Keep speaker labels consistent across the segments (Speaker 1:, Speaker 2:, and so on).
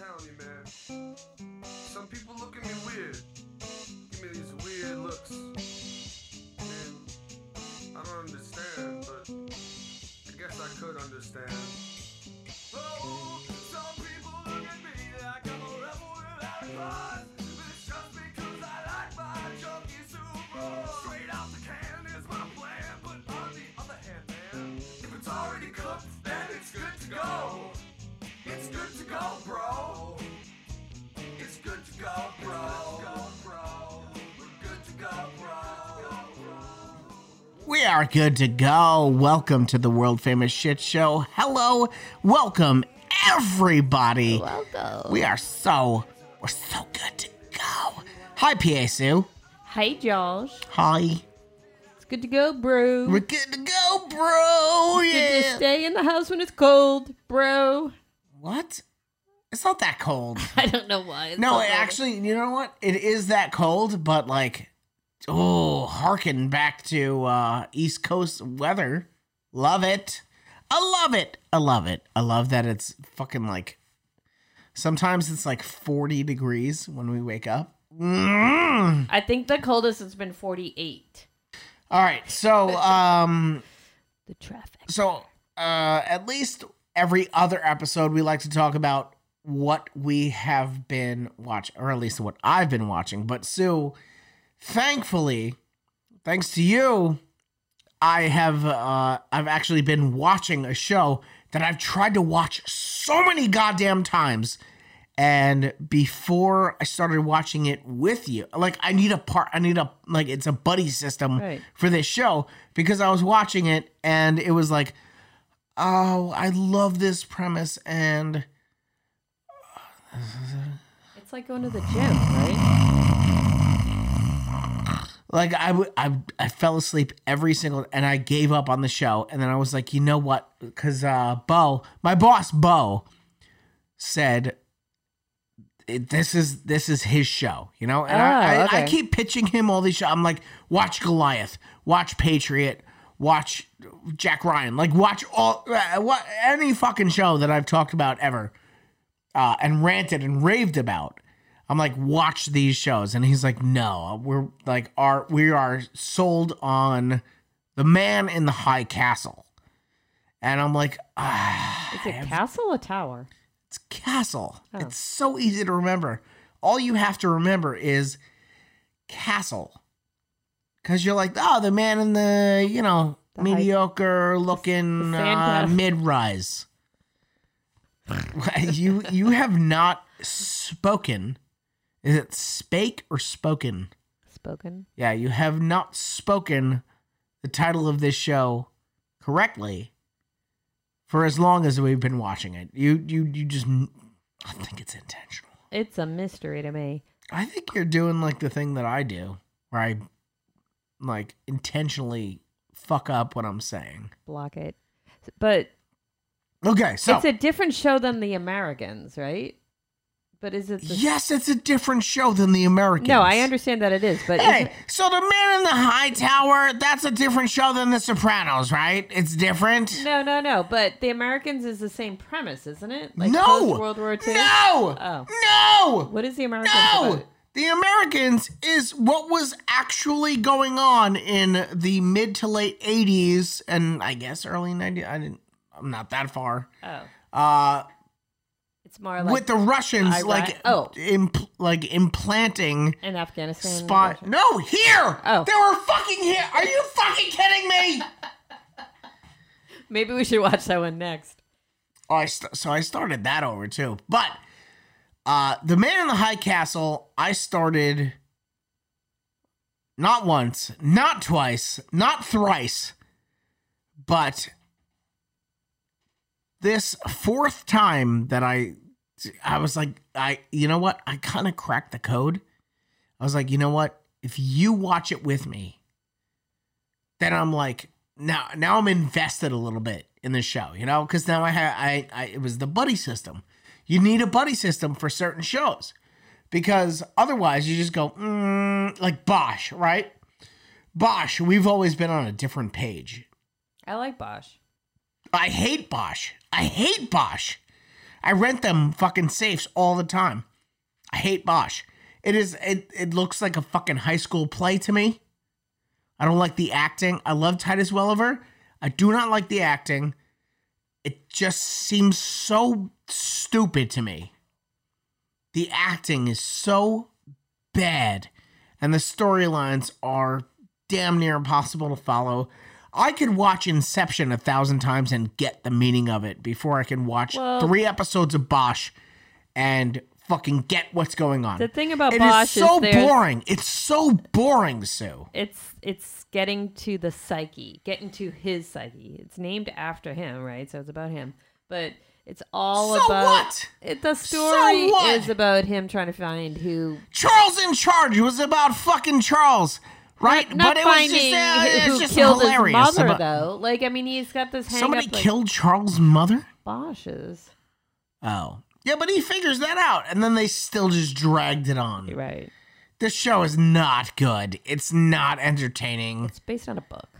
Speaker 1: around me, man. Some people look at me weird. Give me these weird looks. And I don't understand, but I guess I could understand. Oh, some people look at me like I'm a rebel without a cause. But it's just because I like my junkie super. Straight out the can is my plan, but on the other hand, man, if it's already cooked, then it's good to go. It's good to go, bro. It's good to go, bro. We're good to go, bro.
Speaker 2: We are good to go. Welcome to the world famous shit show. Hello, welcome everybody.
Speaker 3: Welcome.
Speaker 2: We are so we're so good to go. Hi, PA Sue.
Speaker 3: Hey, Josh.
Speaker 2: Hi.
Speaker 3: It's good to go, bro.
Speaker 2: We're good to go, bro.
Speaker 3: Good to
Speaker 2: Yeah.
Speaker 3: stay in the house when it's cold, bro.
Speaker 2: What? It's not that cold.
Speaker 3: I don't know why. It's
Speaker 2: No,
Speaker 3: not
Speaker 2: it
Speaker 3: normal.
Speaker 2: actually, you know what? It is that cold, but like, oh, harken back to uh, East Coast weather. Love it. I love it. I love it. I love that it's fucking like, sometimes it's like 40 degrees when we wake up. Mm.
Speaker 3: I think the coldest has been 48.
Speaker 2: All right. So, um,
Speaker 3: The traffic.
Speaker 2: so uh, at least every other episode, we like to talk about what we have been watching, or at least what I've been watching. But Sue, thankfully, thanks to you, I have uh, I've actually been watching a show that I've tried to watch so many goddamn times. And before I started watching it with you, like I need a part, I need a like it's a buddy system
Speaker 3: Right.
Speaker 2: for this show because I was watching it and it was like, oh, I love this premise and
Speaker 3: It's like going to the gym, right?
Speaker 2: like I would- I I fell asleep every single and I gave up on the show and then I was like you know what because uh Bo my boss Bo said "It- this is this is his show you know and I,
Speaker 3: Oh,
Speaker 2: I, I
Speaker 3: okay.
Speaker 2: keep pitching him all these shows I'm like watch Goliath watch Patriot watch Jack Ryan like watch all uh, what any fucking show that I've talked about ever uh, and ranted and raved about. I'm like, watch these shows, and he's like, no, we're like, are we are sold on the man in the high castle, and I'm like, ah,
Speaker 3: Is it castle or tower?
Speaker 2: it's castle. It's so easy to remember. All you have to remember is castle, because you're like, oh, the man in the you know
Speaker 3: The high-
Speaker 2: mediocre looking
Speaker 3: the
Speaker 2: uh,
Speaker 3: sandcastle.
Speaker 2: mid rise. you you have not spoken. Is it spake or spoken?
Speaker 3: Spoken.
Speaker 2: Yeah, you have not spoken the title of this show correctly for as long as we've been watching it. You you you just I think it's intentional.
Speaker 3: It's a mystery to me.
Speaker 2: I think you're doing like the thing that I do where I like intentionally fuck up what I'm saying.
Speaker 3: Block it. But
Speaker 2: Okay, so
Speaker 3: it's a different show than The Americans, right? But is it the
Speaker 2: yes, it's a different show than the Americans.
Speaker 3: No, I understand that it is, but is
Speaker 2: Hey, so the man in the high tower, that's a different show than the Sopranos, right? It's different.
Speaker 3: No, no, no. But the Americans is the same premise, isn't it?
Speaker 2: No!
Speaker 3: post World War Oh. II.
Speaker 2: No! No!
Speaker 3: What is the Americans?
Speaker 2: No!
Speaker 3: about?
Speaker 2: The Americans is what was actually going on in the mid to late 80s and I guess early 90s. I didn't I'm not that far.
Speaker 3: Oh,
Speaker 2: Uh
Speaker 3: it's more like
Speaker 2: with the Russians
Speaker 3: Iraq-
Speaker 2: like
Speaker 3: oh.
Speaker 2: impl- like implanting
Speaker 3: in Afghanistan.
Speaker 2: spot No, here.
Speaker 3: Oh.
Speaker 2: They were fucking here. Are you fucking kidding me?
Speaker 3: Maybe we should watch that one next.
Speaker 2: Oh, I st- so I started that over too. But uh The Man in the High Castle, I started not once, not twice, not thrice, but this fourth time that I I was like I you know what? I kind of cracked the code. I was like, "You know what? If you watch it with me, then I'm like now now I'm invested a little bit in the show, you know, because now I had I, I it was the buddy system. You need a buddy system for certain shows because otherwise you just go mm, like Bosh, right? Bosh, we've always been on a different page.
Speaker 3: I like Bosch.
Speaker 2: I hate Bosch. I hate Bosch. I rent them fucking safes all the time. I hate Bosch. It is it it looks like a fucking high school play to me. I don't like the acting. I love Titus Welliver. I do not like the acting. It just seems so stupid to me. The acting is so bad and the storylines are damn near impossible to follow. I could watch Inception a thousand times and get the meaning of it before I can watch
Speaker 3: Well-
Speaker 2: three episodes of Bosch and fucking get what's going on.
Speaker 3: The thing about
Speaker 2: It is
Speaker 3: Bosch
Speaker 2: so
Speaker 3: is there's-
Speaker 2: boring. It's so boring, Sue.
Speaker 3: it's it's getting to the psyche, getting to his psyche. It's named after him, right? So it's about him. But it's all
Speaker 2: So
Speaker 3: about
Speaker 2: what?
Speaker 3: It, the story
Speaker 2: what?
Speaker 3: is about him trying to find who
Speaker 2: Charles in Charge was about fucking Charles, right?
Speaker 3: not
Speaker 2: it was
Speaker 3: finding
Speaker 2: just, uh,
Speaker 3: who,
Speaker 2: it's
Speaker 3: who
Speaker 2: just
Speaker 3: killed his
Speaker 2: hilarious
Speaker 3: mother
Speaker 2: about-
Speaker 3: though. Like I mean he's got this hang
Speaker 2: Somebody
Speaker 3: up like
Speaker 2: killed Charles' mother?
Speaker 3: Bosch's.
Speaker 2: Oh. Yeah, but he figures that out, and then they still just dragged it on.
Speaker 3: Right.
Speaker 2: This show is not good. It's not entertaining.
Speaker 3: It's based on a book.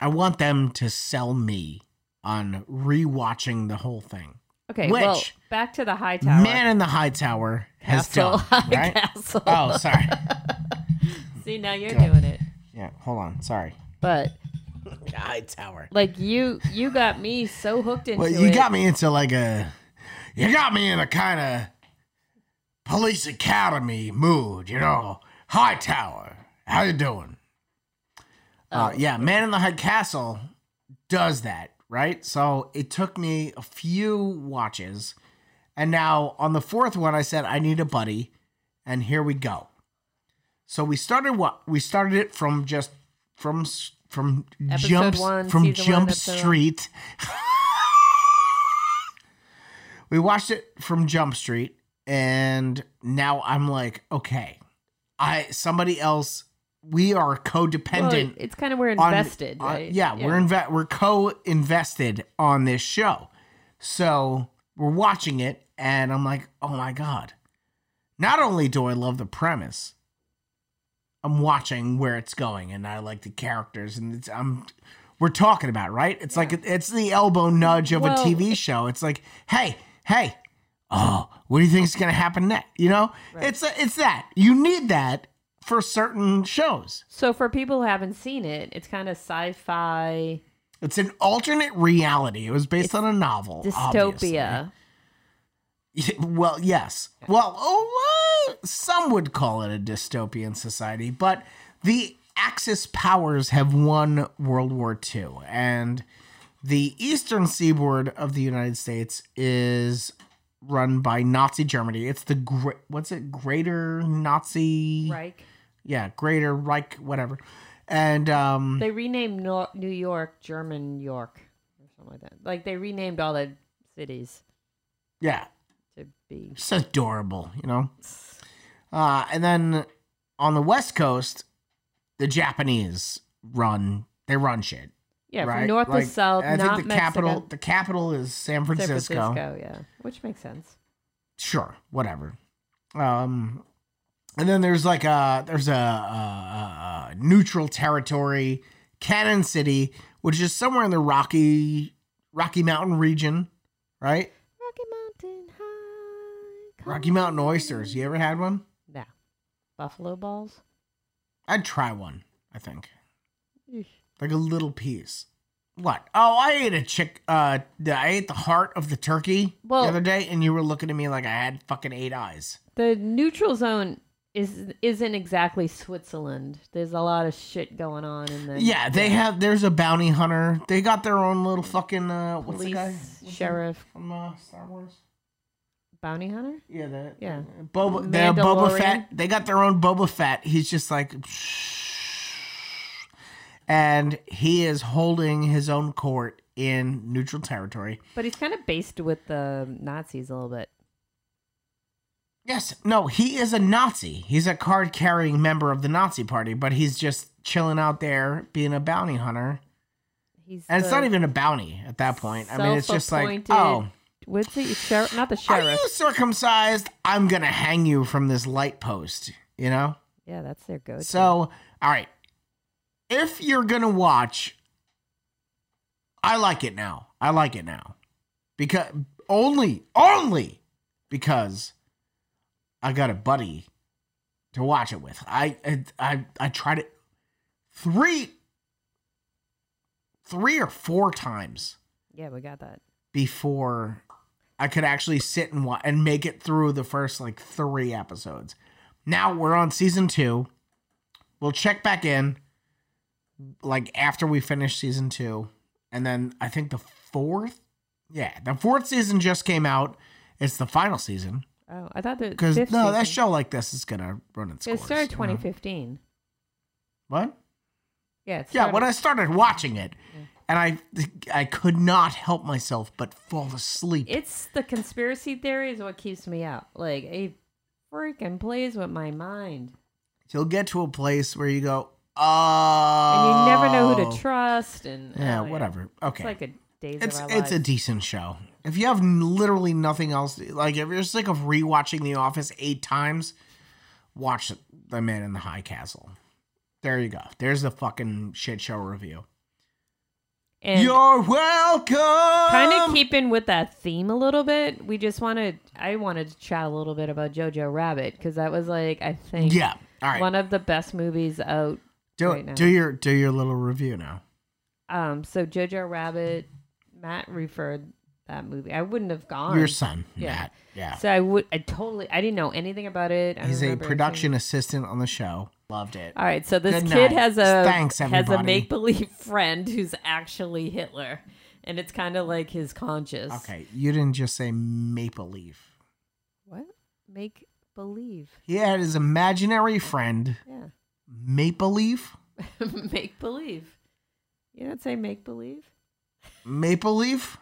Speaker 2: I want them to sell me on rewatching the whole thing.
Speaker 3: Okay,
Speaker 2: Which-
Speaker 3: well back to the high tower.
Speaker 2: Man in the High Tower has
Speaker 3: Castle,
Speaker 2: done,
Speaker 3: High
Speaker 2: right?
Speaker 3: Castle.
Speaker 2: Oh, sorry.
Speaker 3: See now you're
Speaker 2: God.
Speaker 3: doing it.
Speaker 2: Yeah, hold on. Sorry.
Speaker 3: But
Speaker 2: High Tower.
Speaker 3: like you you got me so hooked into
Speaker 2: Well, you
Speaker 3: it.
Speaker 2: got me into like a, you got me in a kind of police academy mood, you know. High Tower, how you doing?
Speaker 3: Oh.
Speaker 2: Uh, yeah, Man in the High Castle does that, right? So it took me a few watches, and now on the fourth one, I said I need a buddy, and here we go. So we started what we started it from just from s- from
Speaker 3: Episode
Speaker 2: jumps
Speaker 3: one,
Speaker 2: from
Speaker 3: season one,
Speaker 2: Jump
Speaker 3: episode one.
Speaker 2: Street. we watched it from Jump Street, and now I'm like, okay, I somebody else. We are
Speaker 3: Well,
Speaker 2: codependent
Speaker 3: it- it's kind of we're
Speaker 2: on-
Speaker 3: invested,
Speaker 2: on-
Speaker 3: right?
Speaker 2: yeah, we're inve- we're co-invested on this show, so we're watching it, and I'm like, oh my god! Not only do I love the premise, I'm watching where it's going, and I like the characters, and it's I'm we're talking about it, right. It's like it's the elbow nudge of
Speaker 3: Well,
Speaker 2: a TV show. It's like, hey, hey, oh, what do you think is going to happen next? You know, it's it's that you need that for certain shows.
Speaker 3: So for people who haven't seen it, it's kind of sci-fi
Speaker 2: It's an alternate reality. It was based on a novel.
Speaker 3: dystopia.
Speaker 2: obviously. Well, yes. Well, oh, uh, some would call it a dystopian society, but the Axis powers have won World War II, and the eastern seaboard of the United States is run by Nazi Germany. It's the gre- what's it? Greater Nazi?
Speaker 3: Right?
Speaker 2: Yeah, Greater Reich, whatever. And um,
Speaker 3: They renamed Nor- New York German York or something like that. Like they renamed all the cities
Speaker 2: yeah,
Speaker 3: to be
Speaker 2: just adorable, you know. Uh, and then on the West Coast, the Japanese run they run shit.
Speaker 3: yeah
Speaker 2: right?
Speaker 3: from north
Speaker 2: Like,
Speaker 3: to south.
Speaker 2: I
Speaker 3: not
Speaker 2: think the
Speaker 3: Mexico,
Speaker 2: capital the capital is San
Speaker 3: San
Speaker 2: Francisco.
Speaker 3: Francisco. yeah, which makes sense.
Speaker 2: Sure, whatever. Um, and then there's like a there's a, a, a neutral territory, Cannon City, which is somewhere in the Rocky Rocky Mountain region, right?
Speaker 3: Rocky Mountain High.
Speaker 2: Rocky Mountain oysters. You ever had one?
Speaker 3: Yeah, buffalo balls.
Speaker 2: I'd try one. I think.
Speaker 3: Eesh.
Speaker 2: like a little piece. What? Oh, I ate a chick. Uh, I ate the heart of the turkey
Speaker 3: Well-
Speaker 2: the other day, and you were looking at me like I had fucking eight eyes.
Speaker 3: The neutral zone is isn't exactly Switzerland. There's a lot of shit going on in the
Speaker 2: Yeah, they have. There's a bounty hunter. They got their own little fucking uh, what's the
Speaker 3: police,
Speaker 2: guy
Speaker 3: sheriff,
Speaker 2: from uh, Star Wars?
Speaker 3: bounty hunter.
Speaker 2: Yeah, that.
Speaker 3: Yeah.
Speaker 2: Boba. They have Boba
Speaker 3: Mandalorian.
Speaker 2: Fett. They got their own Boba Fett. He's just like, and he is holding his own court in neutral territory.
Speaker 3: But he's kind of based with the Nazis a little bit.
Speaker 2: Yes, no, he is a Nazi. He's a card carrying member of the Nazi party, but he's just chilling out there being a bounty hunter.
Speaker 3: He's
Speaker 2: And it's
Speaker 3: the
Speaker 2: not even a bounty at that point. I mean, it's just like,
Speaker 3: self-appointed-
Speaker 2: oh,
Speaker 3: what's the sheriff? Not the
Speaker 2: are
Speaker 3: sheriff.
Speaker 2: you circumcised? I'm going to hang you from this light post, you know?
Speaker 3: Yeah, that's their go.
Speaker 2: So, all right. If you're going to watch, I like it now. I like it now. Because only, only because I got a buddy to watch it with. I I I, I tried it three, three or four times
Speaker 3: Yeah, we got that.
Speaker 2: before I could actually sit and watch and make it through the first like three episodes. Now we're on season two. We'll check back in like after we finish season two. And then I think the fourth, yeah, the fourth season just came out. It's the final season
Speaker 3: Oh, I thought the
Speaker 2: because no,
Speaker 3: fifth
Speaker 2: that
Speaker 3: season-
Speaker 2: show like this is gonna run its
Speaker 3: It
Speaker 2: course.
Speaker 3: started
Speaker 2: you know?
Speaker 3: 2015.
Speaker 2: What?
Speaker 3: Yeah, it
Speaker 2: Yeah,
Speaker 3: started-
Speaker 2: when I started watching it, and I I could not help myself but fall asleep.
Speaker 3: it's the conspiracy theory is what keeps me out. Like it freaking plays with my mind,
Speaker 2: you'll get to a place where you go,
Speaker 3: and you
Speaker 2: oh,
Speaker 3: never know who to trust. And
Speaker 2: Yeah,
Speaker 3: oh,
Speaker 2: whatever.
Speaker 3: It's
Speaker 2: Okay,
Speaker 3: like a days
Speaker 2: it's
Speaker 3: of our
Speaker 2: it's a
Speaker 3: lives.
Speaker 2: decent show. If you have n- literally nothing else, like if you're sick of rewatching The Office eight times, watch The Man in the High Castle. There you go. There's the fucking shit show review.
Speaker 3: and
Speaker 2: you're welcome.
Speaker 3: kind
Speaker 2: um,
Speaker 3: of keeping with that theme a little bit. We just wanted I wanted to chat a little bit about Jojo Rabbit because that was like I think
Speaker 2: Yeah. All right.
Speaker 3: one of the best movies out
Speaker 2: do
Speaker 3: right
Speaker 2: it.
Speaker 3: now.
Speaker 2: Do your do your little review now.
Speaker 3: Um, so Jojo Rabbit, Matt referred that movie. I wouldn't have gone.
Speaker 2: Your son.
Speaker 3: Yeah.
Speaker 2: Matt. Yeah.
Speaker 3: So I would. I totally. I didn't know anything about it. I
Speaker 2: He's a
Speaker 3: remember seeing-
Speaker 2: production assistant on the show. Loved it.
Speaker 3: All right. So this
Speaker 2: Good
Speaker 3: kid
Speaker 2: night.
Speaker 3: has a
Speaker 2: Thanks,
Speaker 3: has a
Speaker 2: everybody.
Speaker 3: make believe friend who's actually Hitler, and it's kind of like his conscious.
Speaker 2: Okay, you didn't just say maple leaf.
Speaker 3: What make believe?
Speaker 2: He had his imaginary friend,
Speaker 3: Yeah.
Speaker 2: Maple Leaf.
Speaker 3: make believe. You don't say make believe.
Speaker 2: Maple Leaf.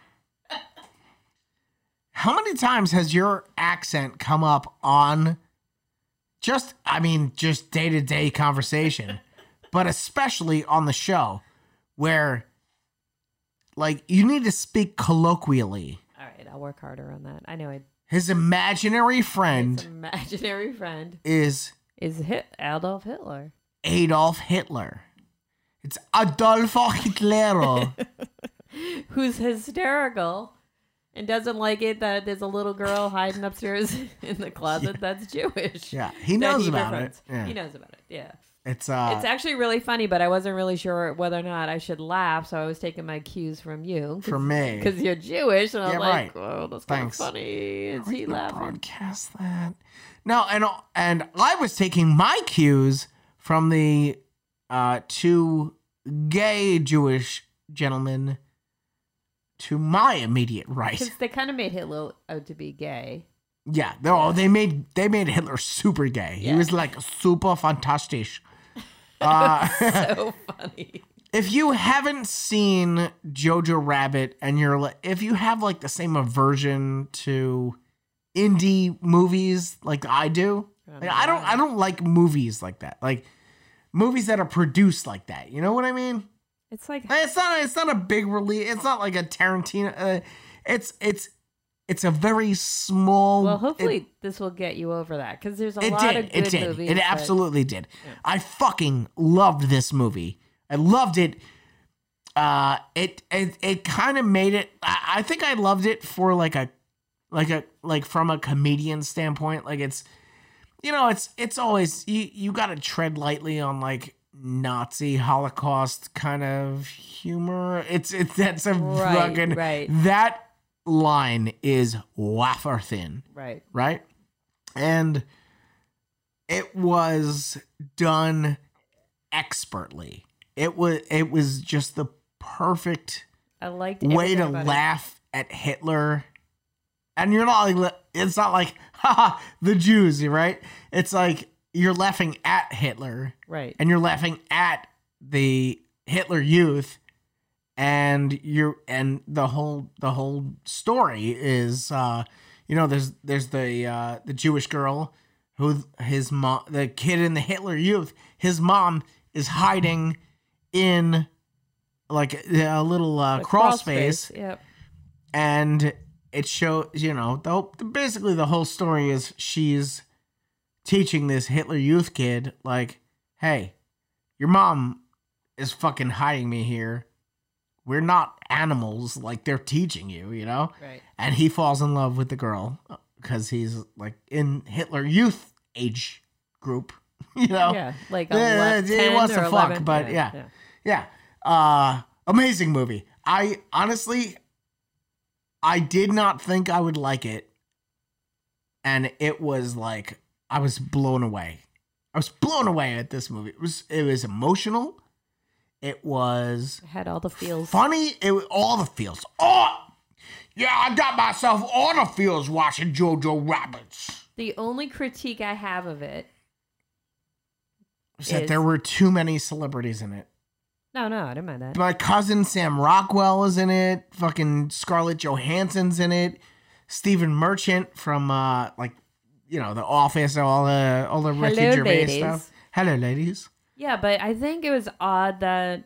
Speaker 2: How many times has your accent come up on just, I mean, just day to day conversation, but especially on the show where, like, you need to speak colloquially?
Speaker 3: All right. I'll work harder on that. I know. I
Speaker 2: His imaginary
Speaker 3: his
Speaker 2: friend
Speaker 3: imaginary friend
Speaker 2: is
Speaker 3: is Hit Adolf Hitler.
Speaker 2: Adolf Hitler. It's Adolfo Hitler.
Speaker 3: who's hysterical and doesn't like it that there's a little girl hiding upstairs in the closet that's Jewish.
Speaker 2: Yeah, he
Speaker 3: That
Speaker 2: knows about
Speaker 3: befriends.
Speaker 2: it. Yeah.
Speaker 3: He knows about it. Yeah.
Speaker 2: It's uh,
Speaker 3: it's actually really funny, but I wasn't really sure whether or not I should laugh, so I was taking my cues from you
Speaker 2: for me.
Speaker 3: because you're Jewish, and I'm
Speaker 2: Yeah,
Speaker 3: like,
Speaker 2: right.
Speaker 3: oh, that's kind of
Speaker 2: Thanks.
Speaker 3: funny. Is
Speaker 2: We
Speaker 3: he
Speaker 2: can
Speaker 3: laughing?
Speaker 2: Broadcast that. No, and and I was taking my cues from the uh two gay Jewish gentlemen to my immediate right.
Speaker 3: Because they kind of made Hitler out to be gay.
Speaker 2: Yeah, no, they made they made Hitler super gay.
Speaker 3: Yeah.
Speaker 2: He was like super fantastic. Uh,
Speaker 3: so funny.
Speaker 2: if you haven't seen Jojo Rabbit and you're like, if you have like the same aversion to indie movies like I do, like I don't, I don't like movies like that, like movies that are produced like that. You know what I mean?
Speaker 3: It's like
Speaker 2: Like, It's not, it's not a big release. It's not like a Tarantino. Uh, it's, it's, it's a very small.
Speaker 3: Well,
Speaker 2: it-
Speaker 3: hopefully this will get you over that because there's a
Speaker 2: it
Speaker 3: lot
Speaker 2: did.
Speaker 3: of good
Speaker 2: it did.
Speaker 3: movies.
Speaker 2: it
Speaker 3: that-
Speaker 2: absolutely did. I fucking loved this movie. I loved it. Uh, it it it kind of made it. I, I think I loved it for like a like a like from a comedian standpoint. Like it's you know it's it's always you you got to tread lightly on like Nazi Holocaust kind of humor. It's it's that's a
Speaker 3: Right,
Speaker 2: fucking
Speaker 3: right.
Speaker 2: that line is wafer thin
Speaker 3: right.
Speaker 2: right? And it was done expertly. It was it was just the perfect
Speaker 3: I liked
Speaker 2: way
Speaker 3: everything
Speaker 2: to
Speaker 3: about it.
Speaker 2: laugh at Hitler. And you're not like it's not like ha the Jews, right? It's like you're laughing at Hitler
Speaker 3: Right.
Speaker 2: and you're laughing at the Hitler Youth, and you're and the whole the whole story is, uh, you know, there's there's the uh, the Jewish girl who his mom, the kid in the Hitler Youth, his mom is hiding in like a, a little uh,
Speaker 3: The
Speaker 2: crawl space,
Speaker 3: Yep.
Speaker 2: and it shows you know the whole, basically the whole story is she's teaching this Hitler Youth kid like, hey, your mom is fucking hiding me here. We're not animals like they're teaching you, you know?
Speaker 3: Right.
Speaker 2: And he falls in love with the girl because he's like in Hitler youth age group, you know?
Speaker 3: Yeah. Like
Speaker 2: Yeah, yeah,
Speaker 3: a
Speaker 2: yeah, he wants to fuck, but yeah. Yeah. Uh amazing movie. I honestly I did not think I would like it. And it was like I was blown away. I was blown away at this movie. It was it was emotional. It was
Speaker 3: I had all the feels.
Speaker 2: funny. It was all the feels. Oh yeah, I got myself all the feels watching Jojo Rabbits.
Speaker 3: The only critique I have of it,
Speaker 2: Is that
Speaker 3: Is-
Speaker 2: there were too many celebrities in it.
Speaker 3: no, no, I didn't mind that.
Speaker 2: my cousin Sam Rockwell is in it. Fucking Scarlett Johansson's in it. Stephen Merchant from uh like you know the Office, all the all the Ricky
Speaker 3: Hello,
Speaker 2: Gervais
Speaker 3: ladies.
Speaker 2: stuff. Hello, ladies.
Speaker 3: Yeah, but I think it was odd that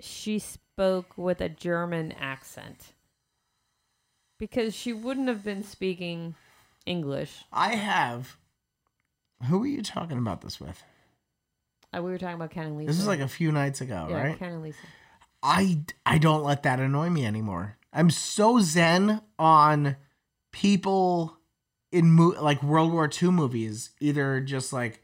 Speaker 3: she spoke with a German accent because she wouldn't have been speaking English.
Speaker 2: I have. Who are you talking about this with?
Speaker 3: Uh, we were talking about Ken and Lisa.
Speaker 2: This is like a few nights ago,
Speaker 3: yeah,
Speaker 2: right?
Speaker 3: Ken and Lisa.
Speaker 2: I I don't let that annoy me anymore. I'm so zen on people in mo- like World War II movies, either just like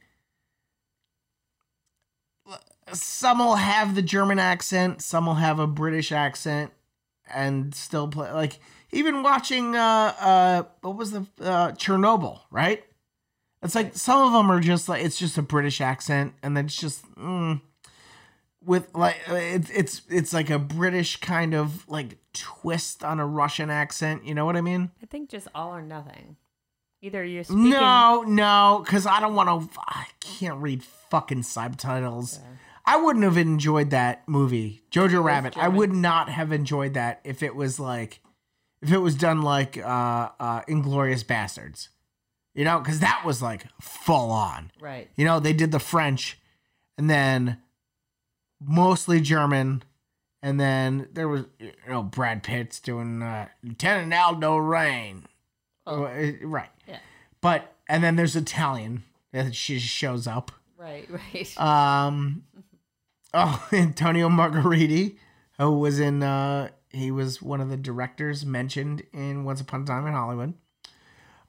Speaker 2: some will have the German accent, some will have a British accent, and still play like even watching uh uh what was the uh Chernobyl right? It's like some of them are just like it's just a British accent, and then it's just. Mm, with like it's it's it's like a British kind of like twist on a Russian accent. You know what I mean?
Speaker 3: I think just all or nothing. Either you're speaking.
Speaker 2: No, no, because I don't want to. I can't read fucking subtitles. I wouldn't have enjoyed that movie, Jojo Rabbit. I
Speaker 3: German.
Speaker 2: would not have enjoyed that if it was like, if it was done like uh, uh Inglorious Bastards, you know, because that was like full on.
Speaker 3: Right.
Speaker 2: You know, they did the French and then mostly German. And then there was, you know, Brad Pitt's doing uh, Lieutenant Aldo Rain.
Speaker 3: Oh.
Speaker 2: Right.
Speaker 3: Yeah.
Speaker 2: But, and then there's Italian. And she just shows up.
Speaker 3: Right. Right.
Speaker 2: Um, oh, Antonio Margheriti, who was in, uh, he was one of the directors mentioned in Once Upon a Time in Hollywood.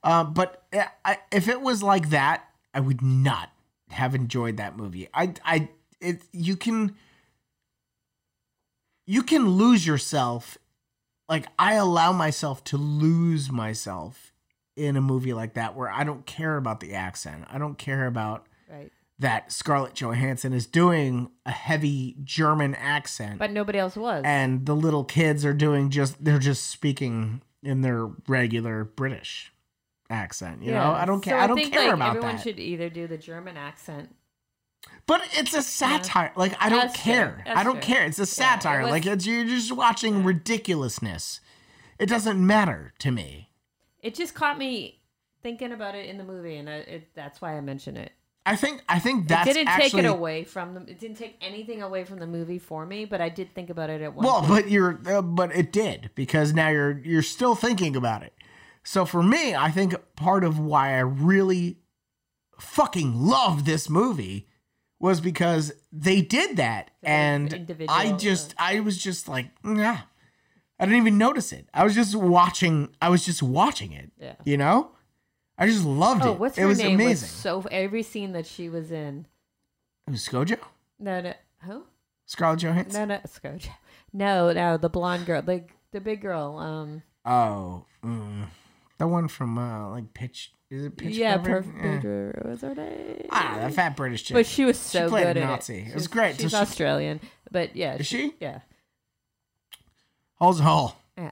Speaker 2: Uh, but I- I, if it was like that, I would not have enjoyed that movie. I, I, it, you can, you can lose yourself. Like I allow myself to lose myself in a movie like that, where I don't care about the accent. I don't care about
Speaker 3: right.
Speaker 2: that Scarlett Johansson is doing a heavy German accent,
Speaker 3: But nobody else was.
Speaker 2: and the little kids are doing just they're just speaking in their regular British accent. You know, I don't care.
Speaker 3: So
Speaker 2: I don't
Speaker 3: think,
Speaker 2: care
Speaker 3: like,
Speaker 2: about
Speaker 3: everyone
Speaker 2: that.
Speaker 3: should either do the German accent.
Speaker 2: But it's a satire. Like I don't
Speaker 3: That's true.
Speaker 2: care. I
Speaker 3: That's
Speaker 2: don't
Speaker 3: true.
Speaker 2: care. It's a satire.
Speaker 3: was-
Speaker 2: like it's, you're just watching ridiculousness. It doesn't matter to me.
Speaker 3: It just caught me thinking about it in the movie, and I, it, that's why I mentioned it.
Speaker 2: I think. I think that's
Speaker 3: it didn't
Speaker 2: actually,
Speaker 3: take it away from the. It didn't take anything away from the movie for me, but I did think about it at one.
Speaker 2: Well,
Speaker 3: point.
Speaker 2: but you're, uh, but it did because now you're you're still thinking about it. So for me, I think part of why I really fucking love this movie was because they did that,
Speaker 3: Because it's
Speaker 2: and
Speaker 3: individual,
Speaker 2: I just I was just like, yeah, I didn't even notice it. I was just watching. I was just watching it.
Speaker 3: Yeah.
Speaker 2: You know, I just loved
Speaker 3: oh,
Speaker 2: it.
Speaker 3: what's
Speaker 2: it
Speaker 3: her
Speaker 2: was
Speaker 3: name?
Speaker 2: amazing.
Speaker 3: Was so every scene that she was in.
Speaker 2: it was Skojo,
Speaker 3: No, no, who?
Speaker 2: Scarlett Johansson.
Speaker 3: No, no, Scrooge. No, no, the blonde girl, like the big girl. Um,
Speaker 2: Oh, mm, the one from uh, like Pitch. Is it Pitch?
Speaker 3: yeah,
Speaker 2: Perfect?
Speaker 3: perfect.
Speaker 2: Yeah.
Speaker 3: What was her name?
Speaker 2: Ah, that fat British chick.
Speaker 3: But she was so
Speaker 2: played
Speaker 3: good
Speaker 2: a
Speaker 3: at
Speaker 2: Nazi.
Speaker 3: it.
Speaker 2: It
Speaker 3: She
Speaker 2: was great. So
Speaker 3: She's
Speaker 2: she-
Speaker 3: Australian, but yeah,
Speaker 2: Is she?
Speaker 3: Yeah,
Speaker 2: Holes a hole.
Speaker 3: Yeah.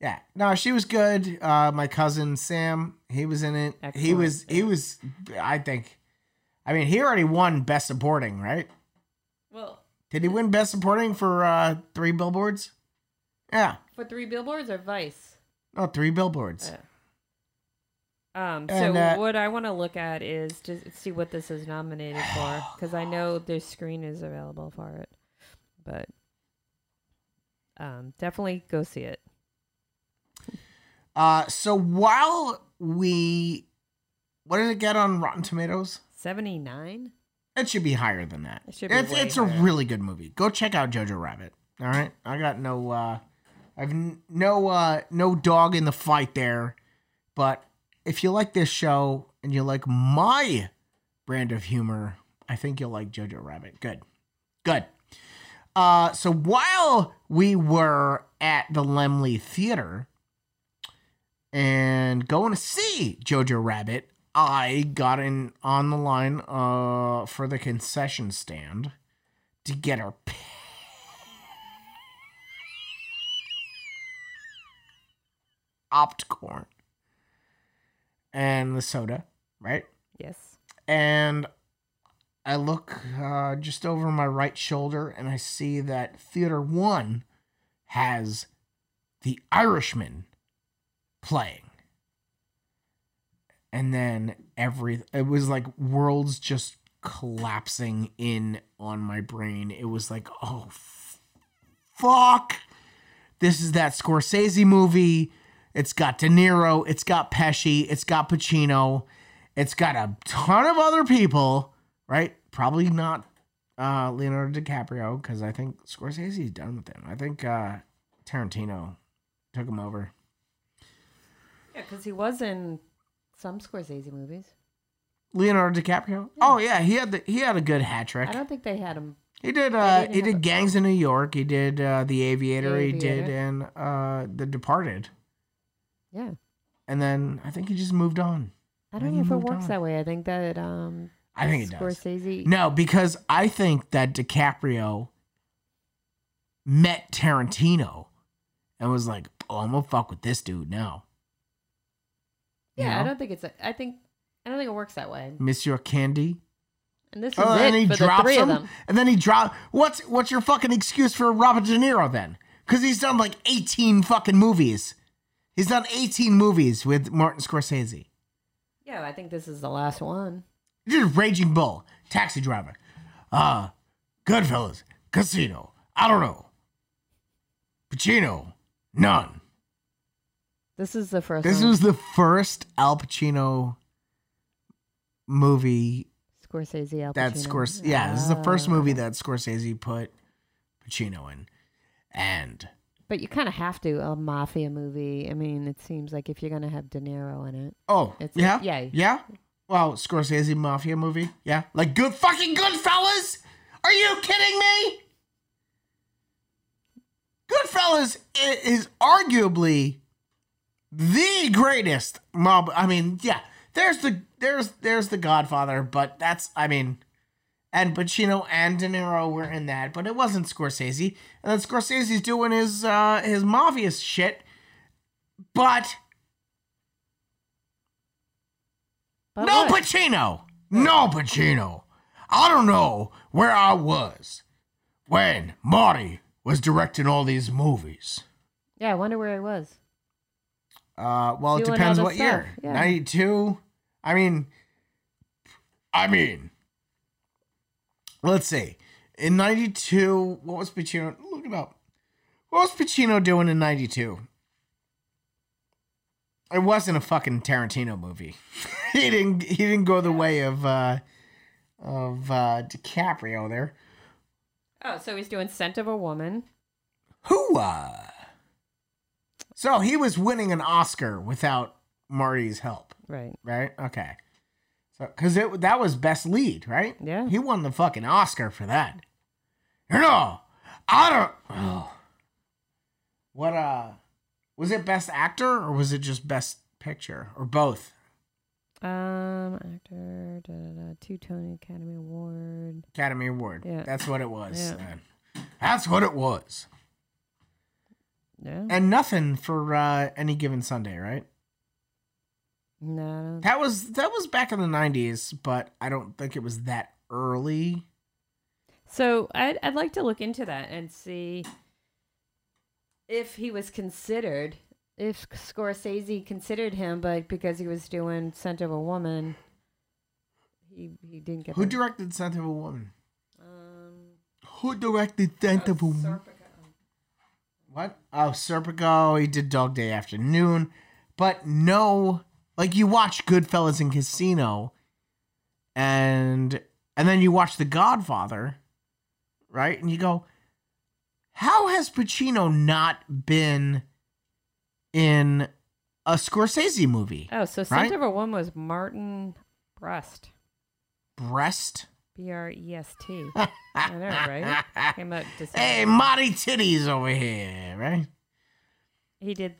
Speaker 2: Yeah. No, she was good. Uh, my cousin Sam, he was in it. He was.
Speaker 3: Excellent.
Speaker 2: He was. I think. I mean, he already won Best Supporting, right?
Speaker 3: well,
Speaker 2: Did he win Best Supporting for uh, Three Billboards? Yeah.
Speaker 3: for three billboards or Vice.
Speaker 2: No, Three Billboards.
Speaker 3: Yeah. Um, so
Speaker 2: And, uh,
Speaker 3: what I want to look at is just see what this is nominated for because I know there's screen is available for it, but um, definitely go see it.
Speaker 2: Uh, so while we, what did it get on Rotten Tomatoes?
Speaker 3: Seventy nine.
Speaker 2: It should be higher than that.
Speaker 3: It should be
Speaker 2: it's
Speaker 3: way
Speaker 2: it's a
Speaker 3: higher.
Speaker 2: really good movie. Go check out Jojo Rabbit. All right, I got no, uh, I've n- no, uh, no dog in the fight there. But if you like this show and you like my brand of humor, I think you'll like Jojo Rabbit. Good, good. Uh, so while we were at the Lemley Theater and going to see Jojo Rabbit, I got in on the line uh, for the concession stand to get our popcorn and the soda, right?
Speaker 3: Yes.
Speaker 2: And I look uh, just over my right shoulder and I see that Theater One has The Irishman playing. And then every, it was like worlds just collapsing in on my brain. It was like, oh, f- fuck. This is that Scorsese movie. It's got De Niro. It's got Pesci. It's got Pacino. It's got a ton of other people, right? Probably not uh, Leonardo DiCaprio because I think Scorsese's done with him. I think uh, Tarantino took him over.
Speaker 3: Yeah, because he was in some Scorsese movies.
Speaker 2: Leonardo DiCaprio. Oh yeah, he had the he had a good hat trick.
Speaker 3: I don't think they had him.
Speaker 2: He did. Uh,
Speaker 3: didn't
Speaker 2: he
Speaker 3: have
Speaker 2: did
Speaker 3: a-
Speaker 2: Gangs in New York. He did uh, The Aviator.
Speaker 3: The
Speaker 2: He did
Speaker 3: Aviator.
Speaker 2: and uh, The Departed.
Speaker 3: Yeah.
Speaker 2: And then I think he just moved on.
Speaker 3: I
Speaker 2: Then
Speaker 3: don't know
Speaker 2: he
Speaker 3: if it
Speaker 2: moved
Speaker 3: works
Speaker 2: on.
Speaker 3: that way. I think that um
Speaker 2: I think it does.
Speaker 3: Scorsese
Speaker 2: No, because I think that DiCaprio met Tarantino and was like, "Oh, I'm gonna fuck with this dude now." You
Speaker 3: Yeah, I
Speaker 2: know?
Speaker 3: don't think it's a, I think I don't think it works that way.
Speaker 2: Monsieur Candy.
Speaker 3: And this is
Speaker 2: Oh, and he
Speaker 3: it for the
Speaker 2: drops
Speaker 3: three
Speaker 2: him,
Speaker 3: of them.
Speaker 2: and then he dropped. What's what's your fucking excuse for Robert De Niro then? Because he's done like 18 fucking movies. He's done 18 movies with Martin Scorsese.
Speaker 3: Yeah, I think this is the last one.
Speaker 2: He did Raging Bull, Taxi Driver, uh, Goodfellas, Casino. I don't know. Pacino, none.
Speaker 3: This is the first.
Speaker 2: This
Speaker 3: one.
Speaker 2: was the first Al Pacino movie
Speaker 3: Scorsese. Al
Speaker 2: that
Speaker 3: Pacino.
Speaker 2: Scorsese. Yeah, this is the first
Speaker 3: Ah.
Speaker 2: movie that Scorsese put Pacino in, and
Speaker 3: But you kind of have to a mafia movie. I mean, it seems like if you're gonna have De Niro in it,
Speaker 2: oh
Speaker 3: It's-
Speaker 2: yeah,
Speaker 3: yeah.
Speaker 2: yeah. Well, Scorsese mafia movie. Yeah, like good fucking Goodfellas. Are you kidding me? Goodfellas i- is arguably the greatest mob. I mean, yeah, there's the there's there's the Godfather, but that's I mean, and Pacino and De Niro were in that, but it wasn't Scorsese. And then Scorsese's doing his uh his mafia shit, but
Speaker 3: but
Speaker 2: no
Speaker 3: what?
Speaker 2: Pacino, no Pacino. I don't know where I was when Marty was directing all these movies.
Speaker 3: yeah, I wonder where he was.
Speaker 2: Uh, well, it
Speaker 3: Doing
Speaker 2: depends
Speaker 3: other
Speaker 2: what year.
Speaker 3: stuff, yeah.
Speaker 2: Ninety-two. I mean, I mean, let's see. In ninety-two, what was Pacino? Look it up. What was Pacino doing in ninety-two? It wasn't a fucking Tarantino movie. he didn't. He didn't go the way of uh, of uh, DiCaprio there.
Speaker 3: Oh, so he's doing "Scent of a Woman."
Speaker 2: Hooah! So he was winning an Oscar without Marty's help.
Speaker 3: Right.
Speaker 2: right? Okay. So, because it that was best lead, right?
Speaker 3: Yeah.
Speaker 2: He won the fucking Oscar for that. You know, I don't. Oh. What uh, was it best actor or was it just best picture or both?
Speaker 3: Um, actor, da, da, da, two Tony Academy Award.
Speaker 2: Academy Award.
Speaker 3: Yeah.
Speaker 2: That's what it was.
Speaker 3: Yeah.
Speaker 2: man. That's what it was.
Speaker 3: No,
Speaker 2: And nothing for uh, any given Sunday, right?
Speaker 3: no,
Speaker 2: That was that was back in the '90s, but I don't think it was that early.
Speaker 3: So I'd, I'd like to look into that and see if he was considered, if Scorsese considered him, but because he was doing Scent of a Woman, he, he didn't get
Speaker 2: Who
Speaker 3: the-
Speaker 2: directed *Scent of a Woman*?
Speaker 3: um,
Speaker 2: Who directed *Scent
Speaker 3: Uh,
Speaker 2: of a Woman*? What? Oh, Serpico. He did Dog Day Afternoon. But no, like you watch Goodfellas and Casino, and and then you watch The Godfather, right? And you go, How has Pacino not been in a Scorsese movie?
Speaker 3: Oh, so
Speaker 2: Right?
Speaker 3: Scent of a Woman was Martin Brest.
Speaker 2: Breast.
Speaker 3: B R E S T. I know, right? Came out December.
Speaker 2: Hey, Marty Titties over here, right?
Speaker 3: he did.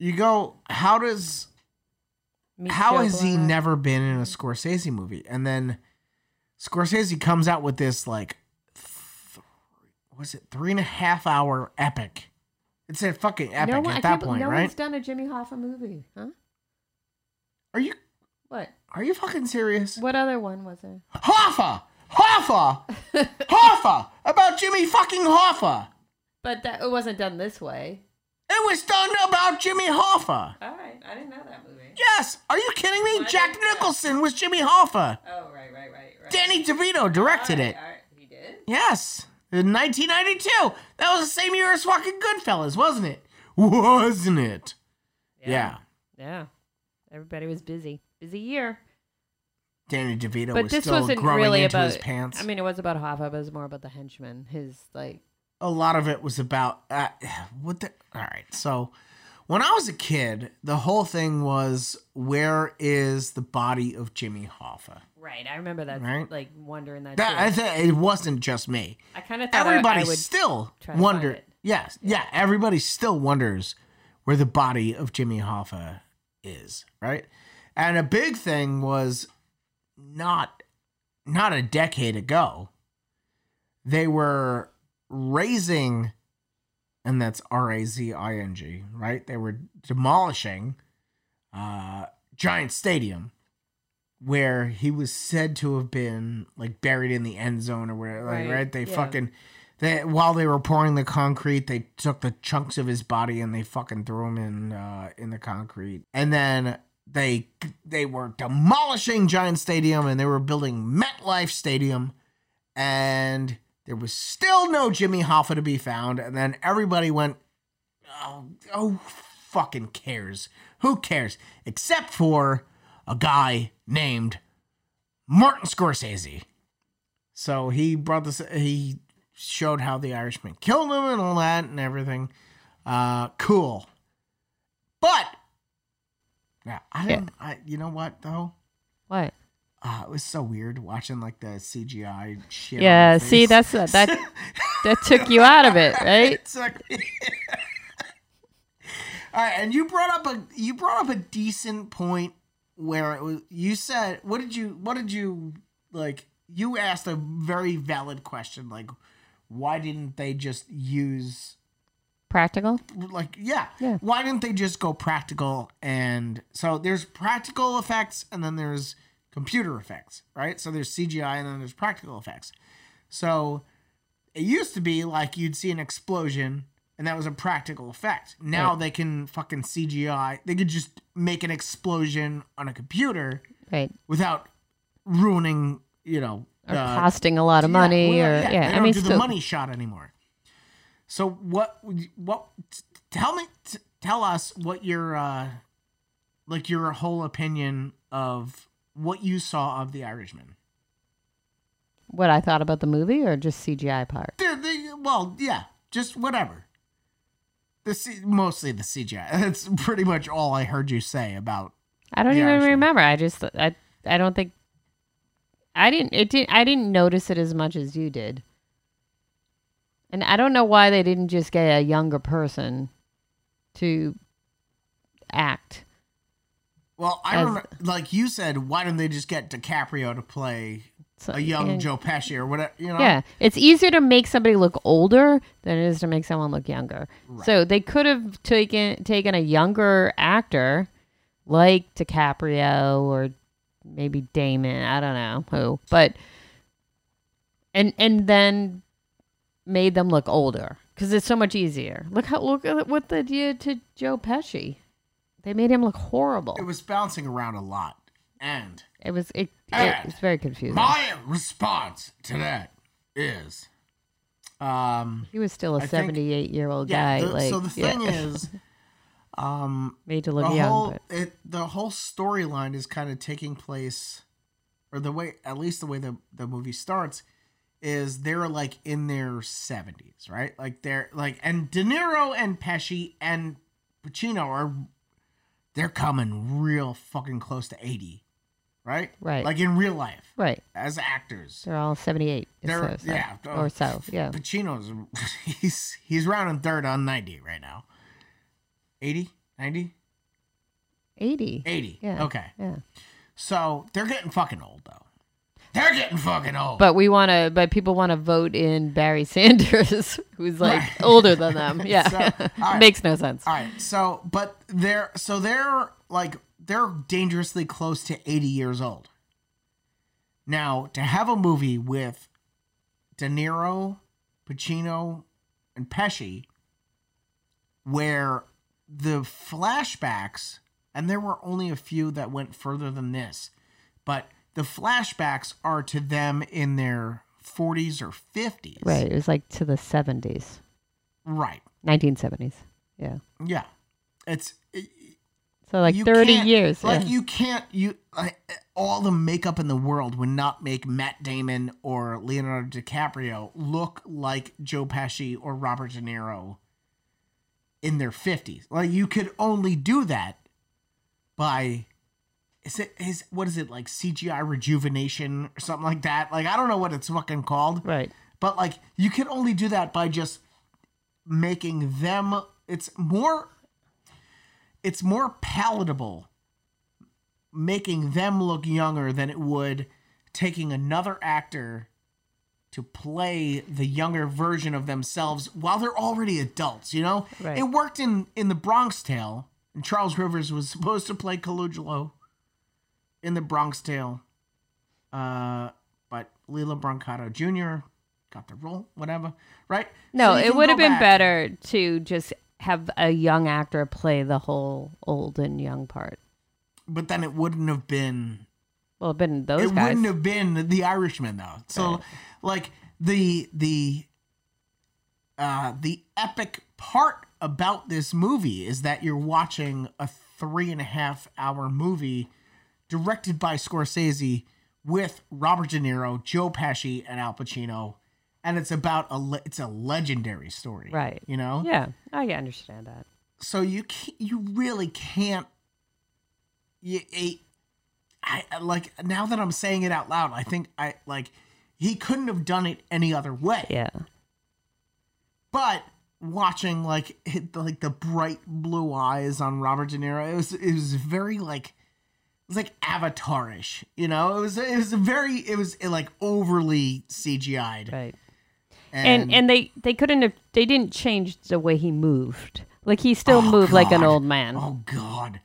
Speaker 2: You go. How does
Speaker 3: Meet
Speaker 2: how
Speaker 3: Joe
Speaker 2: has he
Speaker 3: Black.
Speaker 2: never been in a Scorsese movie? And then Scorsese comes out with this like, th- was it three and a half hour epic? It's a fucking epic
Speaker 3: no one, I
Speaker 2: at
Speaker 3: can't
Speaker 2: that
Speaker 3: be-
Speaker 2: point,
Speaker 3: no
Speaker 2: right?
Speaker 3: one's done a Jimmy Hoffa movie, huh?
Speaker 2: Are you
Speaker 3: What?
Speaker 2: are you fucking serious?
Speaker 3: What other one was there?
Speaker 2: Hoffa, Hoffa, Hoffa about Jimmy fucking Hoffa.
Speaker 3: But that it wasn't done this way.
Speaker 2: It was done about Jimmy Hoffa.
Speaker 3: All right, I didn't know that movie.
Speaker 2: Yes, are you kidding me?
Speaker 3: Why
Speaker 2: Jack
Speaker 3: did that-
Speaker 2: Nicholson was Jimmy Hoffa.
Speaker 3: Oh, right, right, right, right.
Speaker 2: Danny DeVito directed it.
Speaker 3: He did.
Speaker 2: Yes, in 1992. That was the same year as fucking Goodfellas, wasn't it? Wasn't it? Yeah.
Speaker 3: Yeah. Everybody was busy. Busy year.
Speaker 2: Danny DeVito
Speaker 3: but
Speaker 2: was
Speaker 3: this
Speaker 2: still
Speaker 3: wasn't
Speaker 2: growing
Speaker 3: really
Speaker 2: into
Speaker 3: about
Speaker 2: his pants.
Speaker 3: I mean, it was about Hoffa, but it was more about the henchman. His like,
Speaker 2: a lot of it was about uh, what the all right so when i was a kid the whole thing was where is the body of jimmy hoffa
Speaker 3: right? I remember that,
Speaker 2: Right.
Speaker 3: like wondering that.
Speaker 2: that,
Speaker 3: too.
Speaker 2: I th- it wasn't just me
Speaker 3: I kind of thought I-
Speaker 2: everybody
Speaker 3: I would
Speaker 2: still
Speaker 3: try to find
Speaker 2: wonder
Speaker 3: it.
Speaker 2: yes yeah everybody still wonders where the body of jimmy hoffa is right and a big thing was not not a decade ago they were raising and that's r-a-z-i-n-g right they were demolishing uh giant stadium where he was said to have been like buried in the end zone or whatever like,
Speaker 3: Right,
Speaker 2: right, they
Speaker 3: yeah.
Speaker 2: fucking they while they were pouring the concrete they took the chunks of his body and they fucking threw him in uh in the concrete and then they they were demolishing giant stadium and they were building metlife stadium and there was still no Jimmy Hoffa to be found. And then everybody went, oh, oh fucking cares? Who cares? Except for a guy named Martin Scorsese. So he brought this, he showed how the Irishman killed him and all that and everything. Uh, cool. But, yeah, I don't, I, you know what though?
Speaker 3: what?
Speaker 2: Uh, it was so weird watching like the CGI shit. on
Speaker 3: Yeah,
Speaker 2: her
Speaker 3: see,
Speaker 2: face.
Speaker 3: that's that that that took you out of it, right?
Speaker 2: It's like- All right, and you brought up a you brought up a decent point where it was you said what did you what did you like you asked a very valid question like why didn't they just use
Speaker 3: Practical.
Speaker 2: like yeah,
Speaker 3: Yeah.
Speaker 2: why didn't they just go practical and so there's practical effects and then there's computer effects right so there's cgi and then there's practical effects so it used to be like you'd see an explosion and that was a practical effect now they can fucking cgi they could just make an explosion on a computer
Speaker 3: Right.
Speaker 2: without ruining you know
Speaker 3: Or
Speaker 2: the-
Speaker 3: costing a lot of money,
Speaker 2: Uh, well,
Speaker 3: or
Speaker 2: they
Speaker 3: yeah. I
Speaker 2: don't
Speaker 3: mean,
Speaker 2: do
Speaker 3: still,
Speaker 2: the money shot anymore. So what? What? t- Tell me. t- Tell us what your uh, like your whole opinion of what you saw of the Irishman.
Speaker 3: what I thought about the movie, or just CGI part.
Speaker 2: The, the, well, yeah, just whatever. The C, mostly the CGI. That's pretty much all I heard you say about.
Speaker 3: I don't
Speaker 2: The
Speaker 3: even
Speaker 2: Irishman.
Speaker 3: remember. I just I I don't think I didn't it didn't I didn't notice it as much as you did. And I don't know why they didn't just get a younger person to act.
Speaker 2: Well, I
Speaker 3: As-
Speaker 2: remember, like you said, why didn't they just get DiCaprio to play
Speaker 3: So-
Speaker 2: a young
Speaker 3: and-
Speaker 2: Joe Pesci or whatever? You know,
Speaker 3: Yeah, it's easier to make somebody look older than it is to make someone look younger. So they could have taken taken a younger actor like DiCaprio or maybe Damon, I don't know who, but and and then made them look older because it's so much easier. Look how look at what they did to Joe Pesci. They made him look horrible.
Speaker 2: it was bouncing around a lot, and
Speaker 3: It was it,
Speaker 2: Ed.
Speaker 3: it was very confusing.
Speaker 2: My response to that is, um,
Speaker 3: he was still a
Speaker 2: think-
Speaker 3: seventy-eight year old
Speaker 2: yeah.
Speaker 3: guy.
Speaker 2: the-
Speaker 3: like,
Speaker 2: so the thing
Speaker 3: yeah.
Speaker 2: is, um,
Speaker 3: made to
Speaker 2: the
Speaker 3: look young.
Speaker 2: whole
Speaker 3: but.
Speaker 2: it, the whole storyline is kind of taking place, or the way, at least the way the the movie starts, is they're like in their 70s, right? Like they're like and De Niro and Pesci and Pacino are they're coming real fucking close to 80, right?
Speaker 3: Right.
Speaker 2: Like in real life
Speaker 3: Right.
Speaker 2: as actors.
Speaker 3: They're all 78 or
Speaker 2: They're-
Speaker 3: so, so-
Speaker 2: yeah. oh,
Speaker 3: or so. Yeah.
Speaker 2: Pacino's he's he's rounding third on 90 right now. 80? 90?
Speaker 3: 80.
Speaker 2: 80.
Speaker 3: Yeah.
Speaker 2: Okay.
Speaker 3: Yeah.
Speaker 2: So they're getting fucking old though. They're getting fucking old.
Speaker 3: But we want to, but people want to vote in Barry Sanders, who's like
Speaker 2: Right.
Speaker 3: older than them. Yeah.
Speaker 2: So, all right.
Speaker 3: Makes no sense.
Speaker 2: All right. So, but they're so they're like they're dangerously close to 80 years old. Now, to have a movie with De Niro, Pacino, and Pesci where the flashbacks and there were only a few that went further than this, but the flashbacks are to them in their 40s or 50s.
Speaker 3: Right. It was like to the 70s,
Speaker 2: Right.
Speaker 3: 1970s. Yeah.
Speaker 2: Yeah. It's
Speaker 3: So like
Speaker 2: You
Speaker 3: 30
Speaker 2: can't-
Speaker 3: years.
Speaker 2: Like
Speaker 3: yeah.
Speaker 2: you can't you like, all the makeup in the world would not make Matt Damon or Leonardo DiCaprio look like Joe Pesci or Robert De Niro in their 50s. Like you could only do that by is it is what is it like CGI rejuvenation or something like that? Like I don't know what it's fucking called.
Speaker 3: right.
Speaker 2: But like you can only do that by just making them it's more it's more palatable making them look younger than it would taking another actor to play the younger version of themselves while they're already adults, you know?
Speaker 3: Right.
Speaker 2: It worked in in The Bronx Tale, and Charles Rivers was supposed to play Calogero in The Bronx Tale. Uh but Leela Brancato Jr. got the role, whatever, right?
Speaker 3: No,
Speaker 2: So you
Speaker 3: it
Speaker 2: can
Speaker 3: would
Speaker 2: go
Speaker 3: have been
Speaker 2: back.
Speaker 3: better to just have a young actor play the whole old and young part.
Speaker 2: But then it wouldn't have been
Speaker 3: Well, it been those
Speaker 2: it
Speaker 3: guys.
Speaker 2: wouldn't have been the Irishman though. So
Speaker 3: Right.
Speaker 2: like the the uh the epic part about this movie is that you're watching a three and a half hour movie directed by Scorsese with Robert De Niro, Joe Pesci, and Al Pacino, and it's about a le- it's a legendary story,
Speaker 3: Right.
Speaker 2: You know,
Speaker 3: Yeah, I understand that.
Speaker 2: so you can't, you really can't you it, I I- like now that I'm saying it out loud I think I like he couldn't have done it any other way
Speaker 3: Yeah.
Speaker 2: but watching like hit the, like the bright blue eyes on Robert De Niro it was it was very like it was like avatarish you know it was it was very it was like overly CGI'd
Speaker 3: Right. And and they they couldn't have they didn't change the way he moved. Like he still
Speaker 2: Oh,
Speaker 3: moved like an
Speaker 2: God.
Speaker 3: old man,
Speaker 2: oh god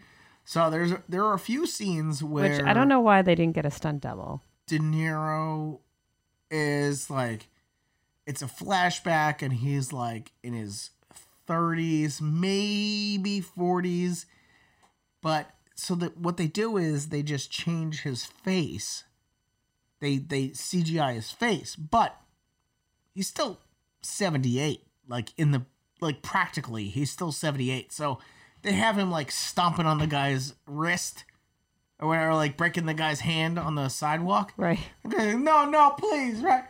Speaker 2: so there's there are a few scenes where
Speaker 3: which I don't know why they didn't get a stunt double.
Speaker 2: De Niro is like it's a flashback and he's like in his 30s, maybe 40s. But so that what they do is they just change his face. They they CGI his face, but he's still 78 like in the like practically he's still 78. So they have him like stomping on the guy's wrist or whatever like breaking the guy's hand on the sidewalk.
Speaker 3: Right.
Speaker 2: Okay, no, no, please, right?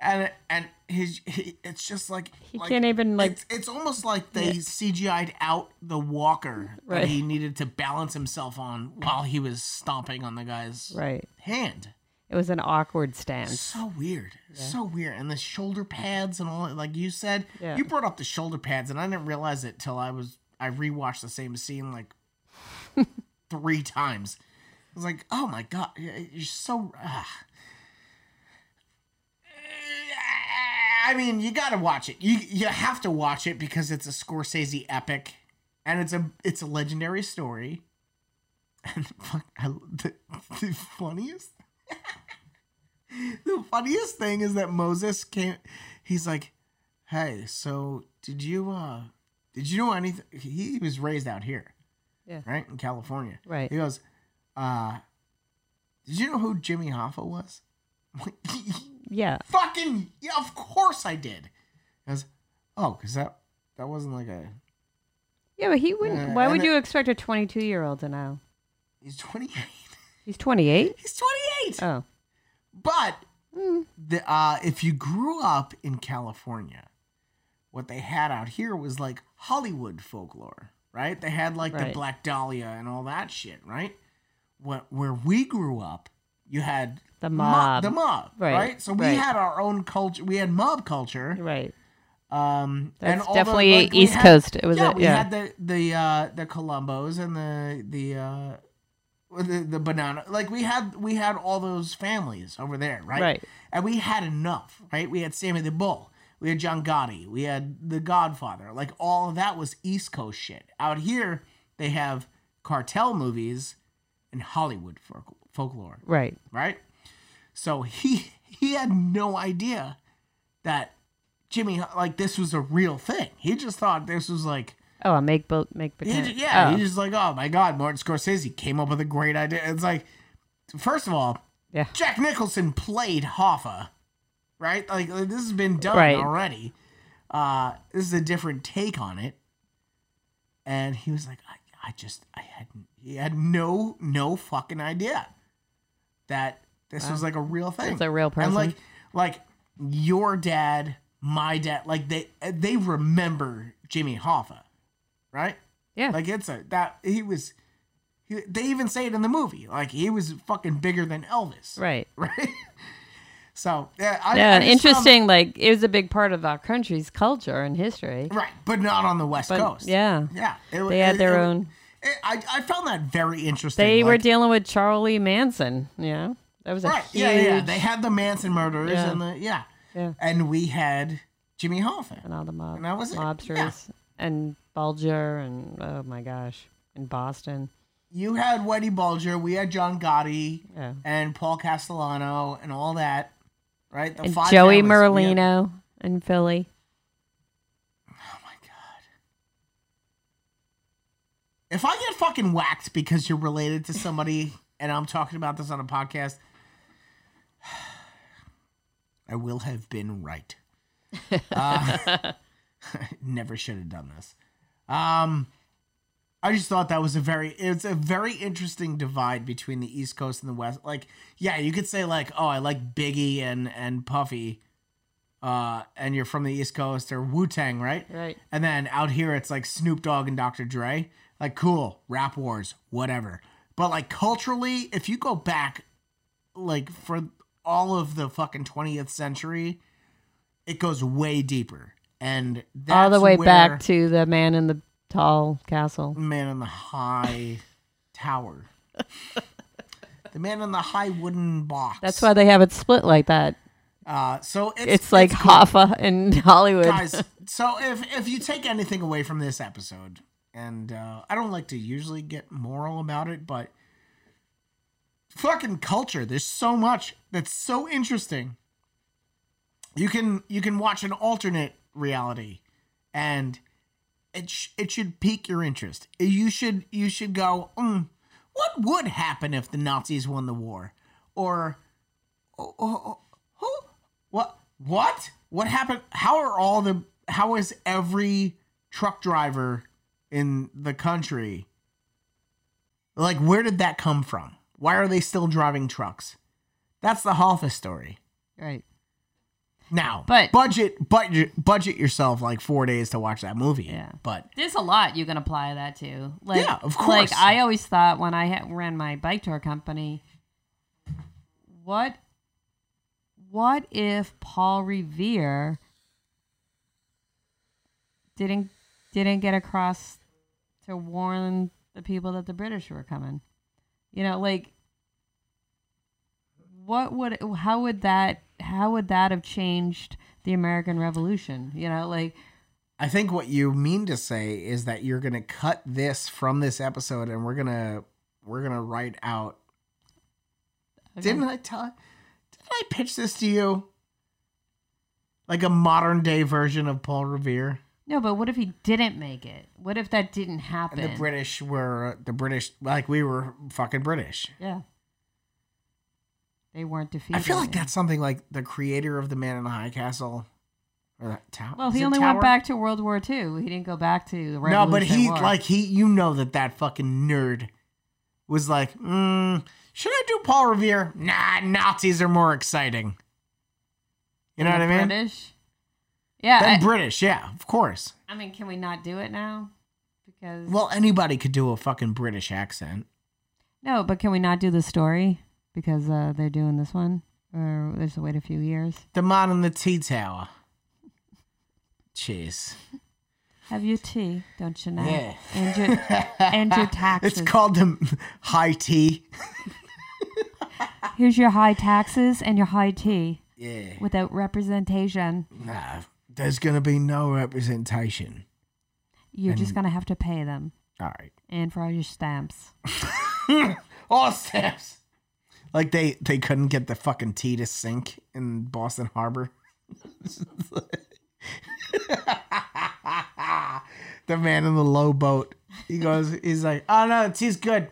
Speaker 2: And and his, he, it's just like
Speaker 3: He can't even, like-
Speaker 2: it's, it's almost like they CGI'd out the walker
Speaker 3: Right.
Speaker 2: that he needed to balance himself on while he was stomping on the guy's
Speaker 3: Right.
Speaker 2: hand.
Speaker 3: It was an awkward stance.
Speaker 2: So weird, so weird, and the shoulder pads and all that. Like you said,
Speaker 3: Yeah.
Speaker 2: you brought up the shoulder pads, and I didn't realize it till I was I rewatched the same scene like three times. I was like, oh my god, y- you're so. ah. I mean, you got to watch it. You you have to watch it because it's a Scorsese epic, and it's a it's a legendary story. And fuck, I, the, the funniest, the funniest thing is that Moses came. He's like, "Hey, so did you uh did you know anything?" He was raised out here,
Speaker 3: Yeah.
Speaker 2: right in California.
Speaker 3: Right.
Speaker 2: He goes, uh, did you know who Jimmy Hoffa was? I'm like,
Speaker 3: Yeah.
Speaker 2: Fucking yeah, of course I did. I was, oh, because that that wasn't like a
Speaker 3: Yeah, but he wouldn't.
Speaker 2: Uh,
Speaker 3: Why
Speaker 2: and
Speaker 3: would
Speaker 2: it-
Speaker 3: you expect a 22 year old to know?
Speaker 2: he's twenty eight.
Speaker 3: He's 28. Uh,
Speaker 2: He's twenty eight.
Speaker 3: Oh,
Speaker 2: but the, uh, if you grew up in California, what they had out here was like Hollywood folklore, right? They had like the
Speaker 3: Right.
Speaker 2: Black Dahlia and all that shit, right? What where we grew up, you had
Speaker 3: The
Speaker 2: mo-
Speaker 3: mob.
Speaker 2: the mob, right?
Speaker 3: Right,
Speaker 2: So we
Speaker 3: right.
Speaker 2: had our own culture. We had mob culture.
Speaker 3: Right.
Speaker 2: Um, and
Speaker 3: That's
Speaker 2: all the-
Speaker 3: definitely
Speaker 2: like, we
Speaker 3: East
Speaker 2: had-
Speaker 3: Coast. It was
Speaker 2: yeah,
Speaker 3: a-
Speaker 2: we
Speaker 3: yeah.
Speaker 2: had the the uh, the Columbos and the the. Uh, the, the banana like we had we had all those families over there right
Speaker 3: Right.
Speaker 2: and we had enough right we had sammy the bull we had john gotti we had the godfather like all of that was east coast shit out here they have cartel movies and hollywood folk- folklore
Speaker 3: Right.
Speaker 2: right? So he he had no idea that Jimmy like this was a real thing. He just thought this was like
Speaker 3: Oh, I make boat make
Speaker 2: he
Speaker 3: pretend.
Speaker 2: ju- yeah.
Speaker 3: Oh,
Speaker 2: He just like oh my god, Martin Scorsese came up with a great idea. It's like first of all,
Speaker 3: yeah.
Speaker 2: Jack Nicholson played Hoffa, right? Like like, this has been done
Speaker 3: Right.
Speaker 2: already. Uh, this is a different take on it. And he was like, I, I just, I had, he had no, no fucking idea that this was like a real thing.
Speaker 3: It's a real person.
Speaker 2: And like, like your dad, my dad, like they, they remember Jimmy Hoffa, right?
Speaker 3: Yeah.
Speaker 2: Like it's a that he was. He, they even say it in the movie. Like he was fucking bigger than Elvis.
Speaker 3: right.
Speaker 2: Right. So yeah, I,
Speaker 3: Yeah.
Speaker 2: I just found-
Speaker 3: interesting. like it was a big part of our country's culture and history.
Speaker 2: right, but not on the West
Speaker 3: But
Speaker 2: Coast.
Speaker 3: yeah.
Speaker 2: Yeah. It-
Speaker 3: They had
Speaker 2: it-
Speaker 3: their
Speaker 2: it-
Speaker 3: own.
Speaker 2: it- I I found that very interesting.
Speaker 3: They were
Speaker 2: like-
Speaker 3: dealing with Charlie Manson. Yeah. That was a
Speaker 2: right.
Speaker 3: huge.
Speaker 2: Yeah, yeah, yeah. They had the Manson murders
Speaker 3: Yeah.
Speaker 2: and the yeah,
Speaker 3: Yeah.
Speaker 2: and we had Jimmy Hoffa.
Speaker 3: and all the mob,
Speaker 2: And that was it. Yeah.
Speaker 3: mobsters and Bulger and oh my gosh, in Boston.
Speaker 2: You had Whitey Bulger. We had John Gotti
Speaker 3: Yeah.
Speaker 2: and Paul Castellano and all that. Right. The
Speaker 3: And
Speaker 2: five
Speaker 3: Joey
Speaker 2: families. We had-
Speaker 3: Merlino in Philly.
Speaker 2: Oh my god. If I get fucking whacked because you're related to somebody and I'm talking about this on a podcast, I will have been right. Uh, never should have done this. Um I just thought that was a very it's a very interesting divide between the East Coast and the West. Like, yeah, you could say like, oh, I like Biggie and and Puffy, uh, and you're from the East Coast or Wu Tang, right?
Speaker 3: Right.
Speaker 2: And then out here, it's like Snoop Dogg and Dr. Dre. Like, cool, rap wars, whatever. But like culturally, if you go back, like for all of the fucking 20th century, it goes way deeper. And that's
Speaker 3: all the way
Speaker 2: where
Speaker 3: back to the man in the tall castle.
Speaker 2: Man in the High Tower. the man in the high wooden box.
Speaker 3: That's why they have it split like that.
Speaker 2: Uh, so it's,
Speaker 3: It's, like
Speaker 2: cool.
Speaker 3: Hoffa in Hollywood.
Speaker 2: guys so if if you take anything away from this episode and uh, i don't like to usually get moral about it but fucking culture there's so much that's so interesting you can you can watch an alternate reality and it sh- it should pique your interest you should you should go mm, what would happen if the nazis won the war or oh, oh, oh, who what what what happened how are all the how is every truck driver in the country like where did that come from why are they still driving trucks that's the Hoffa story
Speaker 3: Right.
Speaker 2: now
Speaker 4: But-
Speaker 2: budget budget budget yourself like four days to watch that movie yeah but
Speaker 4: There's a lot you can apply that to. Like,
Speaker 2: Yeah, of course.
Speaker 4: Like I always thought when I ha- ran my bike tour company, what, what if Paul Revere didn't didn't get across to warn the people that the British were coming? You know, like what would how would that how would that have changed the American Revolution? You know, like
Speaker 2: I think what you mean to say is that you're gonna cut this from this episode, and we're gonna we're gonna write out. Didn't I tell? Did I pitch this to you? Like a modern day version of Paul Revere,
Speaker 4: No, but what if he didn't make it? What if that didn't happen?
Speaker 2: and the British were uh, the British like we were fucking British.
Speaker 4: yeah. They weren't defeated.
Speaker 2: I feel like that's something like the creator of the Man in the High Castle or that tower.
Speaker 4: Well,
Speaker 2: is
Speaker 4: he
Speaker 2: it
Speaker 4: only
Speaker 2: tower?
Speaker 4: went back to World War II. He didn't go back to the
Speaker 2: No,
Speaker 4: Revolution.
Speaker 2: but he
Speaker 4: War.
Speaker 2: like he you know that that fucking nerd was like, mm, should I do Paul Revere? Nah, Nazis are more exciting. You know what I mean?
Speaker 3: British. Yeah.
Speaker 2: Then
Speaker 3: I,
Speaker 2: British, yeah, of course.
Speaker 3: I mean, can we not do it now? Because
Speaker 2: Well, anybody could do a fucking British accent.
Speaker 3: no, but can we not do the story because uh, they're doing this one, or there's to wait a few years?
Speaker 2: The man in the tea tower. Cheers.
Speaker 3: Have your tea, don't you know?
Speaker 2: Yeah.
Speaker 3: And your and your taxes.
Speaker 2: It's called the high tea.
Speaker 3: Here's your high taxes and your high tea
Speaker 2: Yeah.
Speaker 3: without representation.
Speaker 2: Nah, there's gonna be no representation.
Speaker 3: You're just gonna have to pay them
Speaker 2: All right.
Speaker 3: and for all your stamps.
Speaker 2: All steps. Like they they couldn't get the fucking tea to sink in Boston Harbor. the man in the low boat. He goes. He's like, oh no, the tea's good.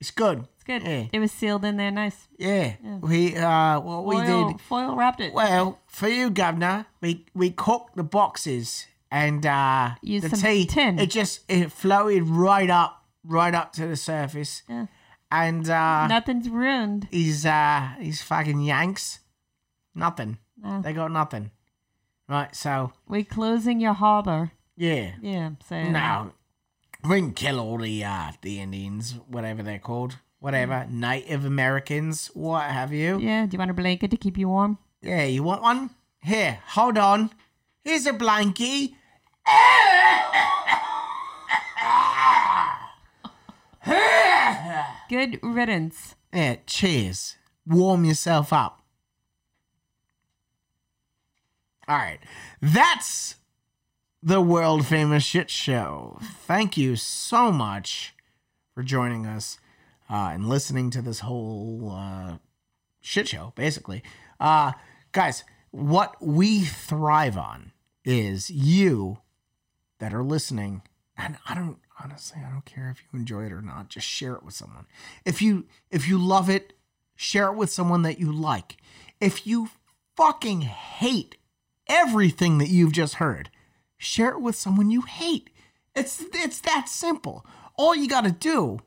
Speaker 2: It's good.
Speaker 3: It's good.
Speaker 2: Yeah.
Speaker 3: It was sealed in there, nice.
Speaker 2: Yeah. We uh, what we
Speaker 3: foil,
Speaker 2: did.
Speaker 3: foil wrapped it.
Speaker 2: Well, for you, Governor, we we cooked the boxes and uh,
Speaker 3: Use
Speaker 2: the
Speaker 3: some
Speaker 2: tea.
Speaker 3: tin.
Speaker 2: It just it floated right up, right up to the surface,
Speaker 3: Yeah.
Speaker 2: and uh,
Speaker 3: Nothing's ruined.
Speaker 2: he's uh he's fucking Yanks. Nothing.
Speaker 3: No.
Speaker 2: They got nothing. Right, so
Speaker 3: We're closing your harbor.
Speaker 2: yeah.
Speaker 3: Yeah. So
Speaker 2: No. We can kill all the uh the Indians, whatever they're called.
Speaker 3: Mm.
Speaker 2: Whatever. Native Americans, what have you. Yeah,
Speaker 3: Yeah. Do you want a blanket to keep you warm?
Speaker 2: you want one? Here, hold on. Here's a blankie.
Speaker 3: Good riddance.
Speaker 2: Yeah, cheers. Warm yourself up. All right. That's the world famous shit show. Thank you so much for joining us uh, and listening to this whole uh, shit show, basically. Uh, guys, what we thrive on is you that are listening and i don't honestly i don't care if you enjoy it or not just share it with someone if you if you love it share it with someone that you like if you fucking hate everything that you've just heard share it with someone you hate it's it's that simple all you got to do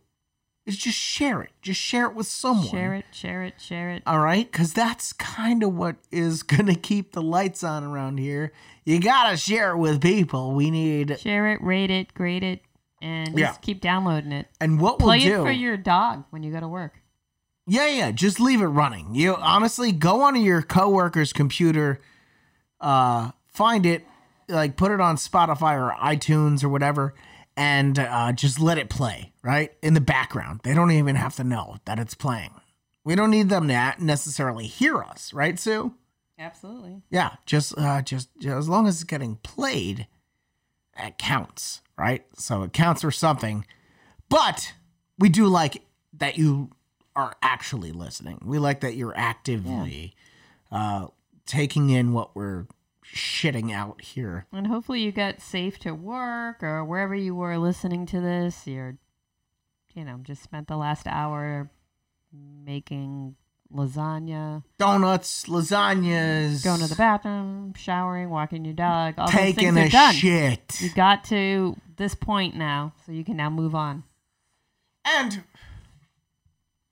Speaker 2: is just share it just share it with someone
Speaker 3: Share it. Share it. Share it.
Speaker 2: all right, because that's kind of what is gonna keep the lights on around here. You gotta share it with people. We need
Speaker 3: Share it. Rate it. Grade it. And just
Speaker 2: Yeah.
Speaker 3: keep downloading it.
Speaker 2: and what
Speaker 3: Play
Speaker 2: we'll
Speaker 3: it
Speaker 2: do.
Speaker 3: for your dog when you go to work.
Speaker 2: yeah, yeah. Just leave it running. You honestly go onto your coworker's computer, uh, find it, like put it on Spotify or iTunes or whatever, and uh, just let it play right in the background. They don't even have to know that it's playing. We don't need them to necessarily hear us, right, Sue?
Speaker 3: Absolutely.
Speaker 2: yeah just uh just, just as long as it's getting played it counts right so it counts for something but we do like that you are actually listening we like that you're actively uh taking in what we're shitting out here
Speaker 3: And hopefully you got safe to work or wherever you were listening to this. You're, you know, just spent the last hour making lasagna,
Speaker 2: donuts lasagnas
Speaker 3: going to the bathroom, showering, walking your dog. All those
Speaker 2: taking
Speaker 3: things
Speaker 2: a
Speaker 3: are done.
Speaker 2: shit
Speaker 3: You got to this point now, so you can now move on.
Speaker 2: and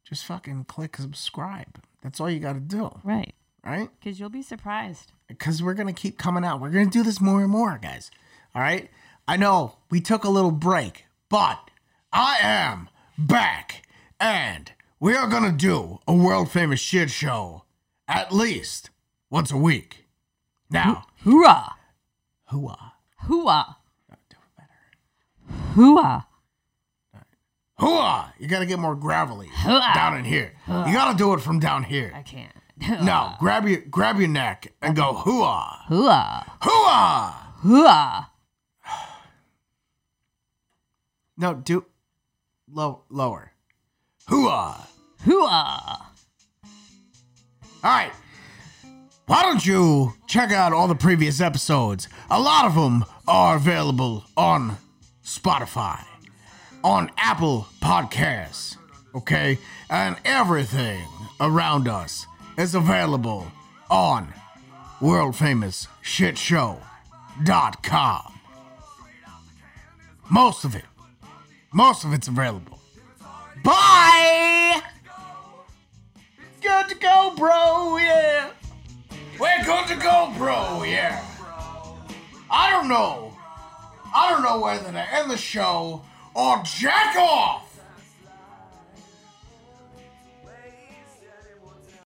Speaker 2: just fucking click subscribe that's all you got to do
Speaker 3: Right.
Speaker 2: right
Speaker 3: Because you'll be surprised.
Speaker 2: because we're gonna keep coming out. We're gonna do this more and more, guys. All right. I know we took a little break, but I am back, and we are gonna do a world famous shit show at least once a week. Now,
Speaker 3: Hoorah!
Speaker 2: hooah,
Speaker 3: Hooah! Hooah!
Speaker 2: hooah! You gotta get more gravelly
Speaker 3: Hooah.
Speaker 2: down in here. You gotta do it from down
Speaker 3: I
Speaker 2: here.
Speaker 3: can't.
Speaker 2: No, grab your grab your neck and go hooah,
Speaker 3: Hooah!
Speaker 2: hooah.
Speaker 3: Hooah!
Speaker 2: No, do low lower. Hooah!
Speaker 3: Hooah!
Speaker 2: All right. Why don't you check out all the previous episodes? A lot of them are available on Spotify, on Apple Podcasts, okay? And everything around us is available on worldfamousshitshow.com. Most of it. Most of it's available. Bye! Good to go, bro. Yeah. Where goes the GoPro? Yeah. I don't know. I don't know whether to end the show or jack off.